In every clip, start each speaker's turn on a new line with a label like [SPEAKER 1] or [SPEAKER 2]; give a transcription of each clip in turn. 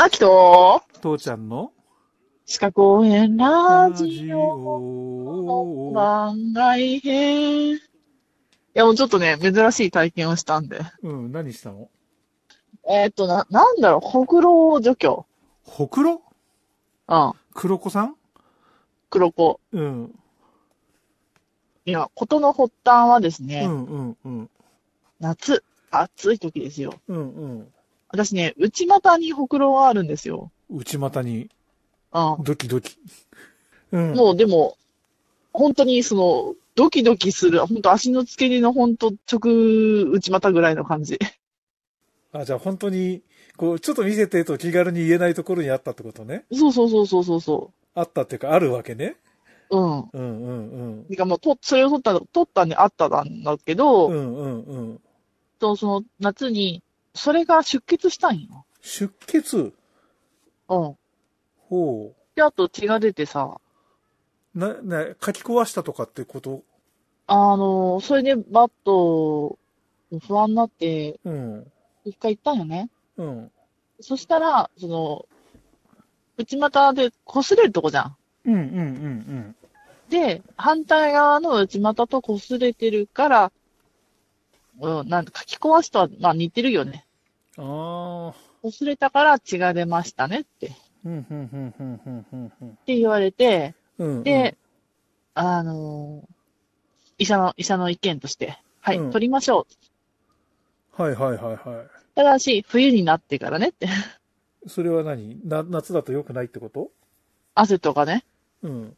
[SPEAKER 1] アキト、
[SPEAKER 2] 父ちゃんの
[SPEAKER 1] 四角応援ラジオの
[SPEAKER 2] オ
[SPEAKER 1] 番外編。いや、もうちょっとね、珍しい体験をしたんで。
[SPEAKER 2] うん、何したの
[SPEAKER 1] えーっと、な、なんだろう、ほくろを除去。
[SPEAKER 2] ほくろ
[SPEAKER 1] うん。
[SPEAKER 2] 黒子さん
[SPEAKER 1] 黒子。
[SPEAKER 2] うん。
[SPEAKER 1] いや、ことの発端はです
[SPEAKER 2] う
[SPEAKER 1] ね、
[SPEAKER 2] んうんうん。
[SPEAKER 1] 夏、暑い時ですよ。
[SPEAKER 2] うんうん。
[SPEAKER 1] 私ね、内股にほくろがあるんですよ。
[SPEAKER 2] 内股に
[SPEAKER 1] うん。
[SPEAKER 2] ドキドキ。うん。
[SPEAKER 1] もうでも、本当にその、ドキドキする、本当足の付け根の本当直内股ぐらいの感じ。
[SPEAKER 2] あ、じゃあ本当に、こう、ちょっと見せてと気軽に言えないところにあったってことね。
[SPEAKER 1] そうそうそうそうそうそ
[SPEAKER 2] あったっていうか、あるわけね。
[SPEAKER 1] う。うん。
[SPEAKER 2] うんうんうん。
[SPEAKER 1] てかもうと、それを取った、取ったんであったんだけど、
[SPEAKER 2] うんうんうん。
[SPEAKER 1] とその夏に、それが出血したんよ。
[SPEAKER 2] 出血
[SPEAKER 1] うん。
[SPEAKER 2] ほ
[SPEAKER 1] で、あと血が出てさ、
[SPEAKER 2] う。な、な、書き壊したとかってこと
[SPEAKER 1] あの、それでバット、不安になって、
[SPEAKER 2] うん。
[SPEAKER 1] 一回行ったんよね。
[SPEAKER 2] うん。
[SPEAKER 1] そしたら、その、内股で擦れるとこじゃん。
[SPEAKER 2] うんうんうん
[SPEAKER 1] で、反対側の内股と擦れてるから、うん、なんか、書き壊すとは、まあ似てるよね。
[SPEAKER 2] うん。ああ。
[SPEAKER 1] 擦れたから血が出ましたねって、っ
[SPEAKER 2] うんうんうんうんうんうんうん。
[SPEAKER 1] て言われて、
[SPEAKER 2] うんうん
[SPEAKER 1] で、あのー医者の、医者の意見として、はい、
[SPEAKER 2] うん
[SPEAKER 1] 取りましょ
[SPEAKER 2] はいはいはいは
[SPEAKER 1] う。ただし、冬になってからねって、
[SPEAKER 2] い。それは何な夏だと良くないってこと
[SPEAKER 1] 汗とかね。
[SPEAKER 2] うん。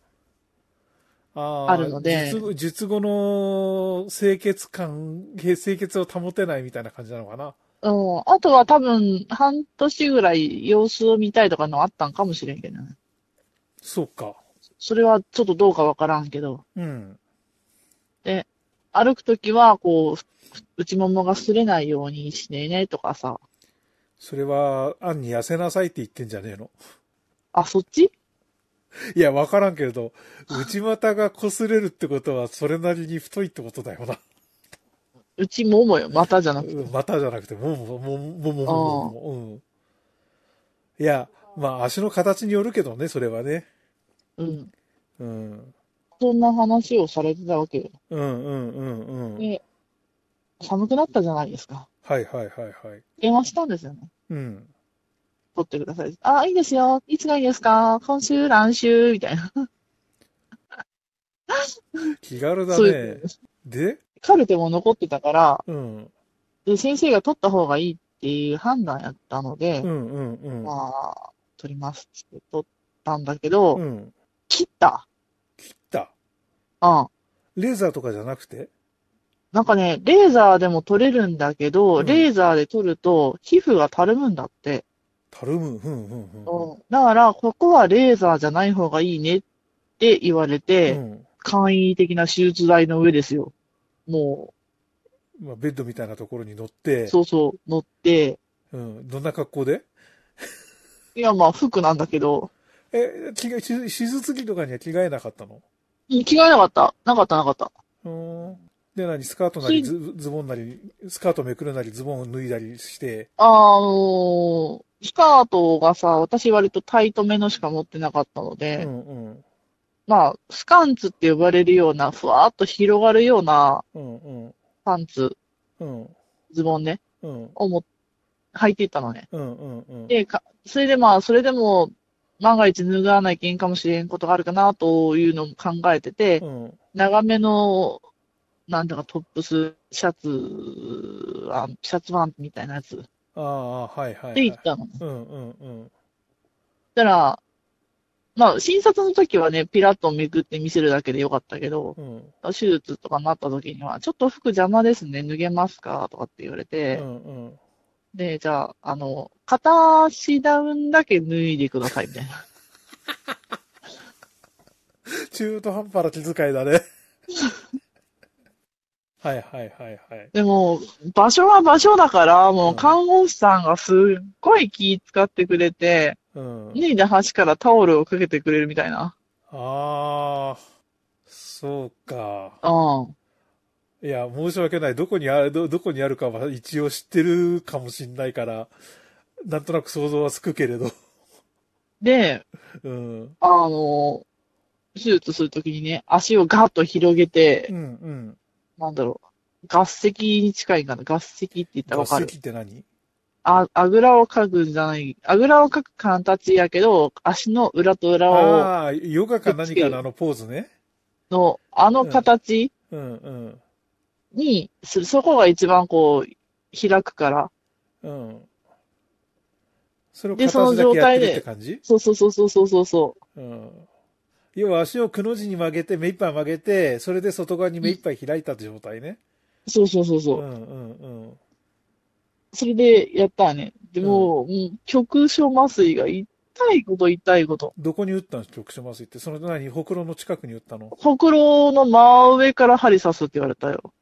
[SPEAKER 2] あー
[SPEAKER 1] あるので
[SPEAKER 2] 術後術後の清潔感、清潔を保てないみたいな感じなのかな
[SPEAKER 1] うん、あとは多分、半年ぐらい様子を見たいとかのあったんかもしれんけどね。
[SPEAKER 2] そうか。
[SPEAKER 1] それはちょっとどうかわからんけど。
[SPEAKER 2] うん。
[SPEAKER 1] 歩くときは、こうふ、内ももが擦れないようにしてね、とかさ。
[SPEAKER 2] それは、アンに痩せなさいって言ってんじゃねえの
[SPEAKER 1] あ、そっち
[SPEAKER 2] いや、わからんけれど、内股が擦れるってことは、それなりに太いってことだよな。
[SPEAKER 1] 内ももよ、股じゃなくて。
[SPEAKER 2] うん股じゃなくて、もも、もも、もも、もも、も、うん。いや、まあ、足の形によるけどね、それはね。
[SPEAKER 1] うん。
[SPEAKER 2] うん。
[SPEAKER 1] そんな話をされてたわけよ。
[SPEAKER 2] うんうんうんうん。
[SPEAKER 1] で、寒くなったじゃないですか。
[SPEAKER 2] はいはいはいはい。
[SPEAKER 1] 電話したんですよね。
[SPEAKER 2] うん。
[SPEAKER 1] 取ってください。あ、いいですよ。いつがいいですか今週、来週、みたいな。
[SPEAKER 2] 気軽だ
[SPEAKER 1] そういう
[SPEAKER 2] ね。。で
[SPEAKER 1] カルテも残ってたから、
[SPEAKER 2] うん。
[SPEAKER 1] で、先生が取った方がいいっていう判断やったので
[SPEAKER 2] う、んうんうん。
[SPEAKER 1] まあ、取りますって取ったんだけど、
[SPEAKER 2] うん。
[SPEAKER 1] 切った。
[SPEAKER 2] 切った。
[SPEAKER 1] うん。
[SPEAKER 2] レーザーとかじゃなくて
[SPEAKER 1] なんかね、レーザーでも取れるんだけど、
[SPEAKER 2] うん
[SPEAKER 1] レーザーで取ると皮膚がたるむんだって。
[SPEAKER 2] たるむ。うんうんうん。
[SPEAKER 1] だから、ここはレーザーじゃない方がいいねって言われて、
[SPEAKER 2] うん。
[SPEAKER 1] 簡易的な手術台の上ですよ。も
[SPEAKER 2] まあ、ベッドみたいなところに乗って
[SPEAKER 1] う、、そうそう、乗って、
[SPEAKER 2] うん。どんな格好で
[SPEAKER 1] いや、まあ、服なんだけど、
[SPEAKER 2] え、着替え、手手術着とかには着替えなかったの
[SPEAKER 1] うん着替えなかった。なかった、なかった。
[SPEAKER 2] うん。で、何スカートなり
[SPEAKER 1] つ
[SPEAKER 2] ズ、ズボンなり、スカートめくるなり、ズボンを脱いだりして、
[SPEAKER 1] あのースカートがさ、私割とタイトめのしか持ってなかったの
[SPEAKER 2] う
[SPEAKER 1] で、
[SPEAKER 2] んうん。
[SPEAKER 1] まあ、スカンツって呼ばれるような、ふわーっと広がるような
[SPEAKER 2] うんうん。
[SPEAKER 1] パンツ、
[SPEAKER 2] うん。
[SPEAKER 1] ズボンね。
[SPEAKER 2] うん。
[SPEAKER 1] をも履いていったのね。
[SPEAKER 2] うんうんうん。
[SPEAKER 1] で、かそれでまあ、それでも、万が一脱がないけんかもしれんことがあるかなというのも考えてて、
[SPEAKER 2] うん。
[SPEAKER 1] 長めの、なんだかトップス、シャツ、あシャツワンみたいなやつ
[SPEAKER 2] ああ、はいはい、は
[SPEAKER 1] で
[SPEAKER 2] い
[SPEAKER 1] 行っ。たの。そし
[SPEAKER 2] うんうんうん。
[SPEAKER 1] たら、まあ、診察の時はね、ピラッとめくって見せるだけでよかったけど、
[SPEAKER 2] うん。
[SPEAKER 1] 手術とかになった時には、ちょっと服邪魔ですね、脱げますかとかって言われ
[SPEAKER 2] う
[SPEAKER 1] て、
[SPEAKER 2] んうん。
[SPEAKER 1] で、じゃあ、あの、片足ダウンだけ脱いでください、みたいな。
[SPEAKER 2] 中途半端な気遣い だね。はいはいはいはい。
[SPEAKER 1] でも、場所は場所だから、も
[SPEAKER 2] う
[SPEAKER 1] うん看護師さんがすっごい気使ってくれて、
[SPEAKER 2] うん。
[SPEAKER 1] 脱いだ端からタオルをかけてくれるみたいな。
[SPEAKER 2] ああ、そうか。
[SPEAKER 1] うん。
[SPEAKER 2] いや、申し訳ない。どこにある、ど、どこにあるかは一応知ってるかもしんないから、なんとなく想像はつくけれど。
[SPEAKER 1] で、
[SPEAKER 2] うん。
[SPEAKER 1] あの、手術するときにね、足をガッと広げて
[SPEAKER 2] う、んうん。
[SPEAKER 1] なんだろう、合石に近いかな、合石って言ったらわか
[SPEAKER 2] 合
[SPEAKER 1] る。
[SPEAKER 2] 席って何
[SPEAKER 1] あ、あぐらをかくんじゃない、あぐらをかく形やけど、足の裏と裏を、
[SPEAKER 2] ああ、ヨガか何かのあのポーズね。
[SPEAKER 1] の、あの形
[SPEAKER 2] うんうん。
[SPEAKER 1] にする、そこが一番こう、開くから。
[SPEAKER 2] うん。それを
[SPEAKER 1] でその
[SPEAKER 2] 形だけやってる
[SPEAKER 1] 状態
[SPEAKER 2] って
[SPEAKER 1] で
[SPEAKER 2] 感じ
[SPEAKER 1] そうそうそうそうそうそうそ
[SPEAKER 2] うん。要は足をくの字に曲げて、目いっぱい曲げて、それで外側に目いっぱい開いたって状態ね。
[SPEAKER 1] う。そうそうそうそうう。
[SPEAKER 2] んうんうん。
[SPEAKER 1] それでやったらね。でも、ううん、局所麻酔が痛いこと痛いこと。
[SPEAKER 2] どこに打ったの局所麻酔って。その何ほくろの近くに打ったの
[SPEAKER 1] ほくろの真上から針刺すって言われたよ。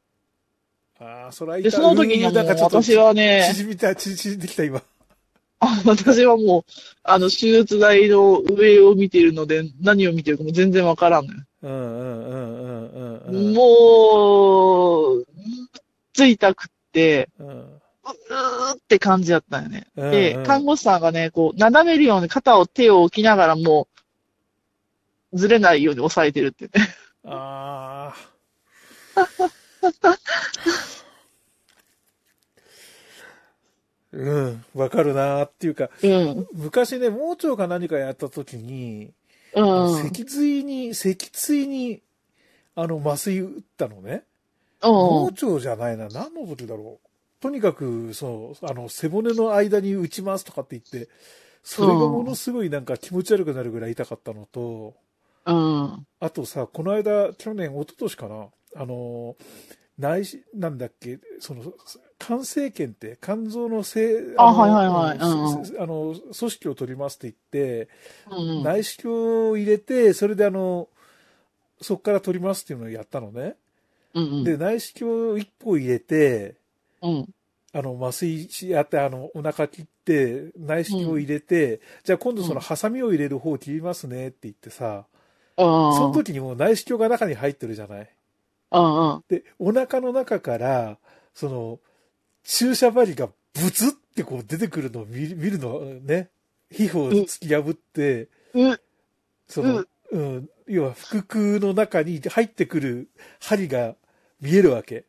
[SPEAKER 2] ああ、それは痛い
[SPEAKER 1] で、その時に
[SPEAKER 2] う
[SPEAKER 1] は
[SPEAKER 2] ん
[SPEAKER 1] も
[SPEAKER 2] な
[SPEAKER 1] うん
[SPEAKER 2] かちょっと
[SPEAKER 1] 私はね、
[SPEAKER 2] 縮みた、縮んできた今。
[SPEAKER 1] あ私はもう、あの、手術台の上を見ているので、何を見てるかも全然わからんのよ。
[SPEAKER 2] うんうんうんうんうんうん。
[SPEAKER 1] もう、ついたくって、
[SPEAKER 2] うん
[SPEAKER 1] うーって感じだったんよね。
[SPEAKER 2] うん
[SPEAKER 1] で
[SPEAKER 2] うん、
[SPEAKER 1] 看護師さんがね、こう、斜めるように肩を手を置きながらもう、ずれないように押さえてるってね。
[SPEAKER 2] ああ。 うん、わかるなーっていうか、
[SPEAKER 1] うん。
[SPEAKER 2] 昔ね、盲腸か何かやった時に、
[SPEAKER 1] うん。うん。
[SPEAKER 2] 脊椎に、脊椎に、あの、麻酔打ったのね。盲腸じゃないな、何の時だろう。とにかく、そう、あの、背骨の間に打ちますとかって言って、それがものすごいなんか気持ち悪くなるぐらい痛かったのと、
[SPEAKER 1] うん。
[SPEAKER 2] あとさ、この間、去年、一昨年かな、あの、内視、なんだっけ、その、肝生検って、肝臓のせい、
[SPEAKER 1] あ
[SPEAKER 2] の
[SPEAKER 1] はいはいはい
[SPEAKER 2] うん
[SPEAKER 1] うん
[SPEAKER 2] すあの、組織を取りますって言って、
[SPEAKER 1] うん。
[SPEAKER 2] 内視鏡を入れて、それであの、そこから取りますっていうのをやったのね。
[SPEAKER 1] うん。
[SPEAKER 2] で、内視鏡一個入れて、
[SPEAKER 1] うん。
[SPEAKER 2] あの、麻酔しやって、あの、お腹切って、内視鏡入れて、じゃあ今度その、ハサミを入れる方を切りますねって言ってさ、
[SPEAKER 1] うん。
[SPEAKER 2] その時にもう内視鏡が中に入ってるじゃない。
[SPEAKER 1] うんうん。
[SPEAKER 2] で、お腹の中から、その、注射針がブツってこう出てくるのを見る見るのね、皮膚を突き破って、
[SPEAKER 1] う、
[SPEAKER 2] その、うん、要は腹腔の中に入ってくる針が見えるわけ。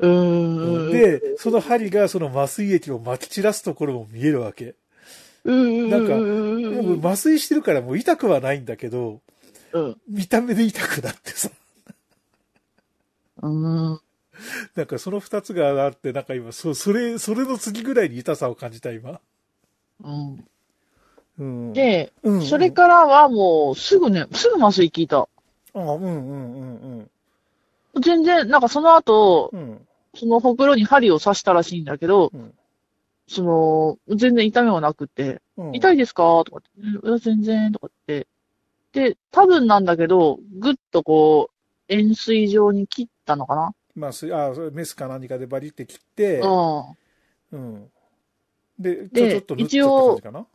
[SPEAKER 1] うーん。、
[SPEAKER 2] で、その針がその麻酔液を撒き散らすところも見えるわけ。
[SPEAKER 1] うーん。
[SPEAKER 2] なんかも
[SPEAKER 1] う
[SPEAKER 2] う麻酔してるからもう痛くはないんだけ
[SPEAKER 1] ん。
[SPEAKER 2] ど、見た目で痛くなってさ。
[SPEAKER 1] うん。
[SPEAKER 2] なんかその二つがあって、なんか今、そう、それ、それの次ぐらいに痛さを感じた今。
[SPEAKER 1] うん。
[SPEAKER 2] うん、
[SPEAKER 1] で、
[SPEAKER 2] うんうん
[SPEAKER 1] それからはもう、すぐね、すぐ麻酔効いた。
[SPEAKER 2] あうんうんうん
[SPEAKER 1] 全然、なんかその後、
[SPEAKER 2] うん。うん。
[SPEAKER 1] そのほくろに針を刺したらしいんだけど、
[SPEAKER 2] うん
[SPEAKER 1] その、全然痛みもなくて、
[SPEAKER 2] うん、
[SPEAKER 1] 痛
[SPEAKER 2] い
[SPEAKER 1] いですかとかって、うんいや、全然、とかって。で、多分なんだけど、ぐっとこう、円錐状に切ったのかな、
[SPEAKER 2] まあ、すあそれメスか何かでバリって切って、うん。で、ちょ
[SPEAKER 1] で
[SPEAKER 2] ちょっと塗っちゃった感じかな。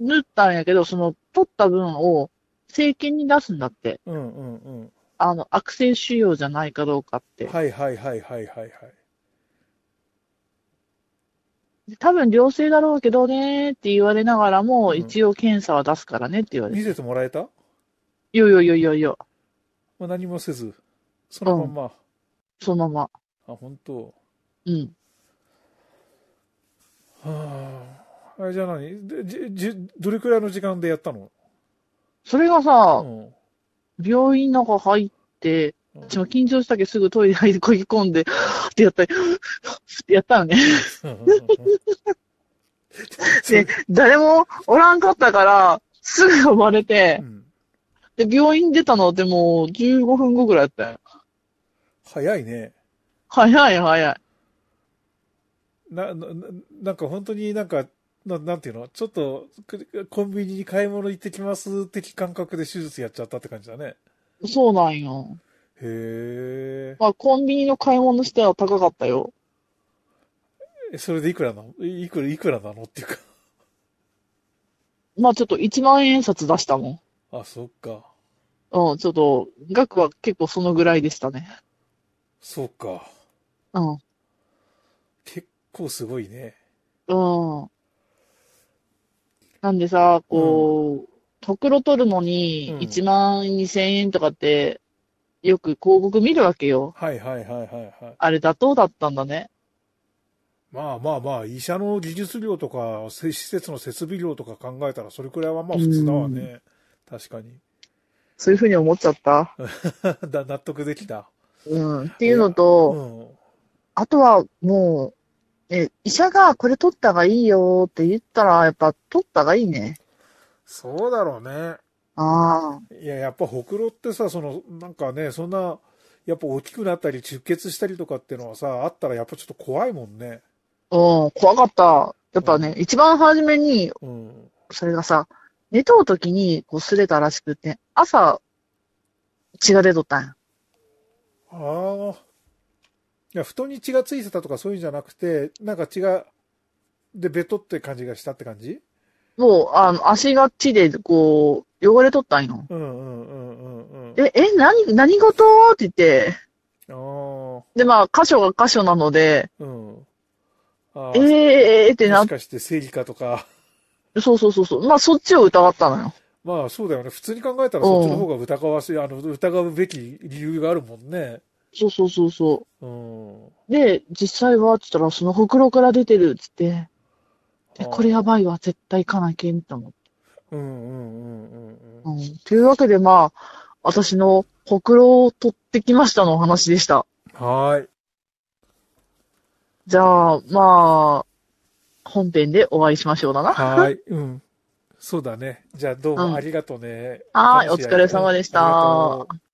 [SPEAKER 1] うん。縫ったんやけど、その、取った分を、生検に出すんだって。
[SPEAKER 2] うんうんうん。
[SPEAKER 1] あの、悪性腫瘍じゃないかどうかって。
[SPEAKER 2] はいはいはいはいはいはい。
[SPEAKER 1] で多分良性だろうけどねーって言われながらも、
[SPEAKER 2] うん
[SPEAKER 1] 一応検査は出すからねって言われて。
[SPEAKER 2] 見せてもらえた、
[SPEAKER 1] いやいやいやいやいや、
[SPEAKER 2] まあ、何もせず、そのまんま。
[SPEAKER 1] そのまま。
[SPEAKER 2] あ、本当。
[SPEAKER 1] うん。
[SPEAKER 2] はあ。あれじゃあ何でじじどれくらいの時間でやったの
[SPEAKER 1] それがさ、
[SPEAKER 2] うん。
[SPEAKER 1] 病院の中入って、
[SPEAKER 2] うん
[SPEAKER 1] 私も緊張したけどすぐトイレ入りこぎ込んで、ってやったり、ってやったよね。 で、 誰もおらんかったから、すぐ呼ばれ
[SPEAKER 2] う
[SPEAKER 1] て、
[SPEAKER 2] ん、
[SPEAKER 1] で、病院出たのでもう15分後ぐらいだったよ。
[SPEAKER 2] 早いね。
[SPEAKER 1] 早い早い。
[SPEAKER 2] な、な、ななんか本当になんか、ななんていうのちょっと、くコンビニに買い物行ってきます的感覚で手術やっちゃったって感じだね。
[SPEAKER 1] そうなんよ。
[SPEAKER 2] へ
[SPEAKER 1] まあ、コンビニの買い物したら高かったよ。
[SPEAKER 2] え。それでいくらなのいいくら、いくらなのっていうか。
[SPEAKER 1] まあ、ちょっと1万円札出したも
[SPEAKER 2] あ、そっか。
[SPEAKER 1] ん。うん、ちょっと、額は結構そのぐらいでしたね。
[SPEAKER 2] そうか。
[SPEAKER 1] うん。
[SPEAKER 2] 結構すごいね。
[SPEAKER 1] うん。なんでさ、こう、とくろ取るのに
[SPEAKER 2] うん
[SPEAKER 1] 1万2000円とかって、よく広告見るわけよ。
[SPEAKER 2] はいはいはいはいはい。
[SPEAKER 1] あれ妥当だったんだね。
[SPEAKER 2] まあまあまあ、医者の技術料とか、せ施設の設備料とか考えたら、それくらいはまあ普通だわね。確かに。
[SPEAKER 1] そういうふうに思っちゃった。
[SPEAKER 2] だ納得できた。
[SPEAKER 1] うん。っていうの
[SPEAKER 2] う
[SPEAKER 1] と、
[SPEAKER 2] ん。
[SPEAKER 1] あとはもう、え、医者がこれ取った方がいいよって言ったら、やっぱ取った方がいいね。
[SPEAKER 2] そうだろうね。
[SPEAKER 1] ああ。
[SPEAKER 2] いや、やっぱほくろってさ、その、なんかね、そんな、やっぱ大きくなったり、出血したりとかっていうのはさ、あったらやっぱちょっと怖いもんね。
[SPEAKER 1] うん、怖かった。やっぱね、一番初めに、
[SPEAKER 2] うん。
[SPEAKER 1] それがさ、寝とう時にこう擦れたらしくって、朝、血が出とったんや。
[SPEAKER 2] ああ。いや、布団に血がついてたとかそういうんじゃなくて、なんか血が、で、ベトって感じがしたって感じ
[SPEAKER 1] もう、あの、足が血で、こう、汚れとったんよ。
[SPEAKER 2] うんうんうんうんうん。あ
[SPEAKER 1] え、え、何、何事って言って、
[SPEAKER 2] あー。
[SPEAKER 1] で、まあ、箇所が箇所なので、
[SPEAKER 2] うん。ああ。
[SPEAKER 1] えー、えー、ってな
[SPEAKER 2] も
[SPEAKER 1] っ
[SPEAKER 2] しかして生理かとか。
[SPEAKER 1] そうそうそうそう。まあ、そっちを疑ったのよ。
[SPEAKER 2] まあそうだよね。普通に考えたらそっちの方が疑わしい、あの、疑うべき理由があるもんね。
[SPEAKER 1] そうそうそうそ
[SPEAKER 2] うん。
[SPEAKER 1] う。で、実際は、つったら、そのほくろから出てる、つって、で、これやばいわ、絶対行かなきゃ、と思って。
[SPEAKER 2] うんうんうんうんうん。
[SPEAKER 1] うん。というわけで、まあ、私のほくろを取ってきましたのお話でした。
[SPEAKER 2] はーい。
[SPEAKER 1] じゃあ、まあ、本編でお会いしましょうだな。
[SPEAKER 2] はーい。うん。そうだね。じゃあど
[SPEAKER 1] う
[SPEAKER 2] う
[SPEAKER 1] ん
[SPEAKER 2] もありがとうね。
[SPEAKER 1] はーい、お
[SPEAKER 2] 楽しい
[SPEAKER 1] 疲れ様でした
[SPEAKER 2] ありがとう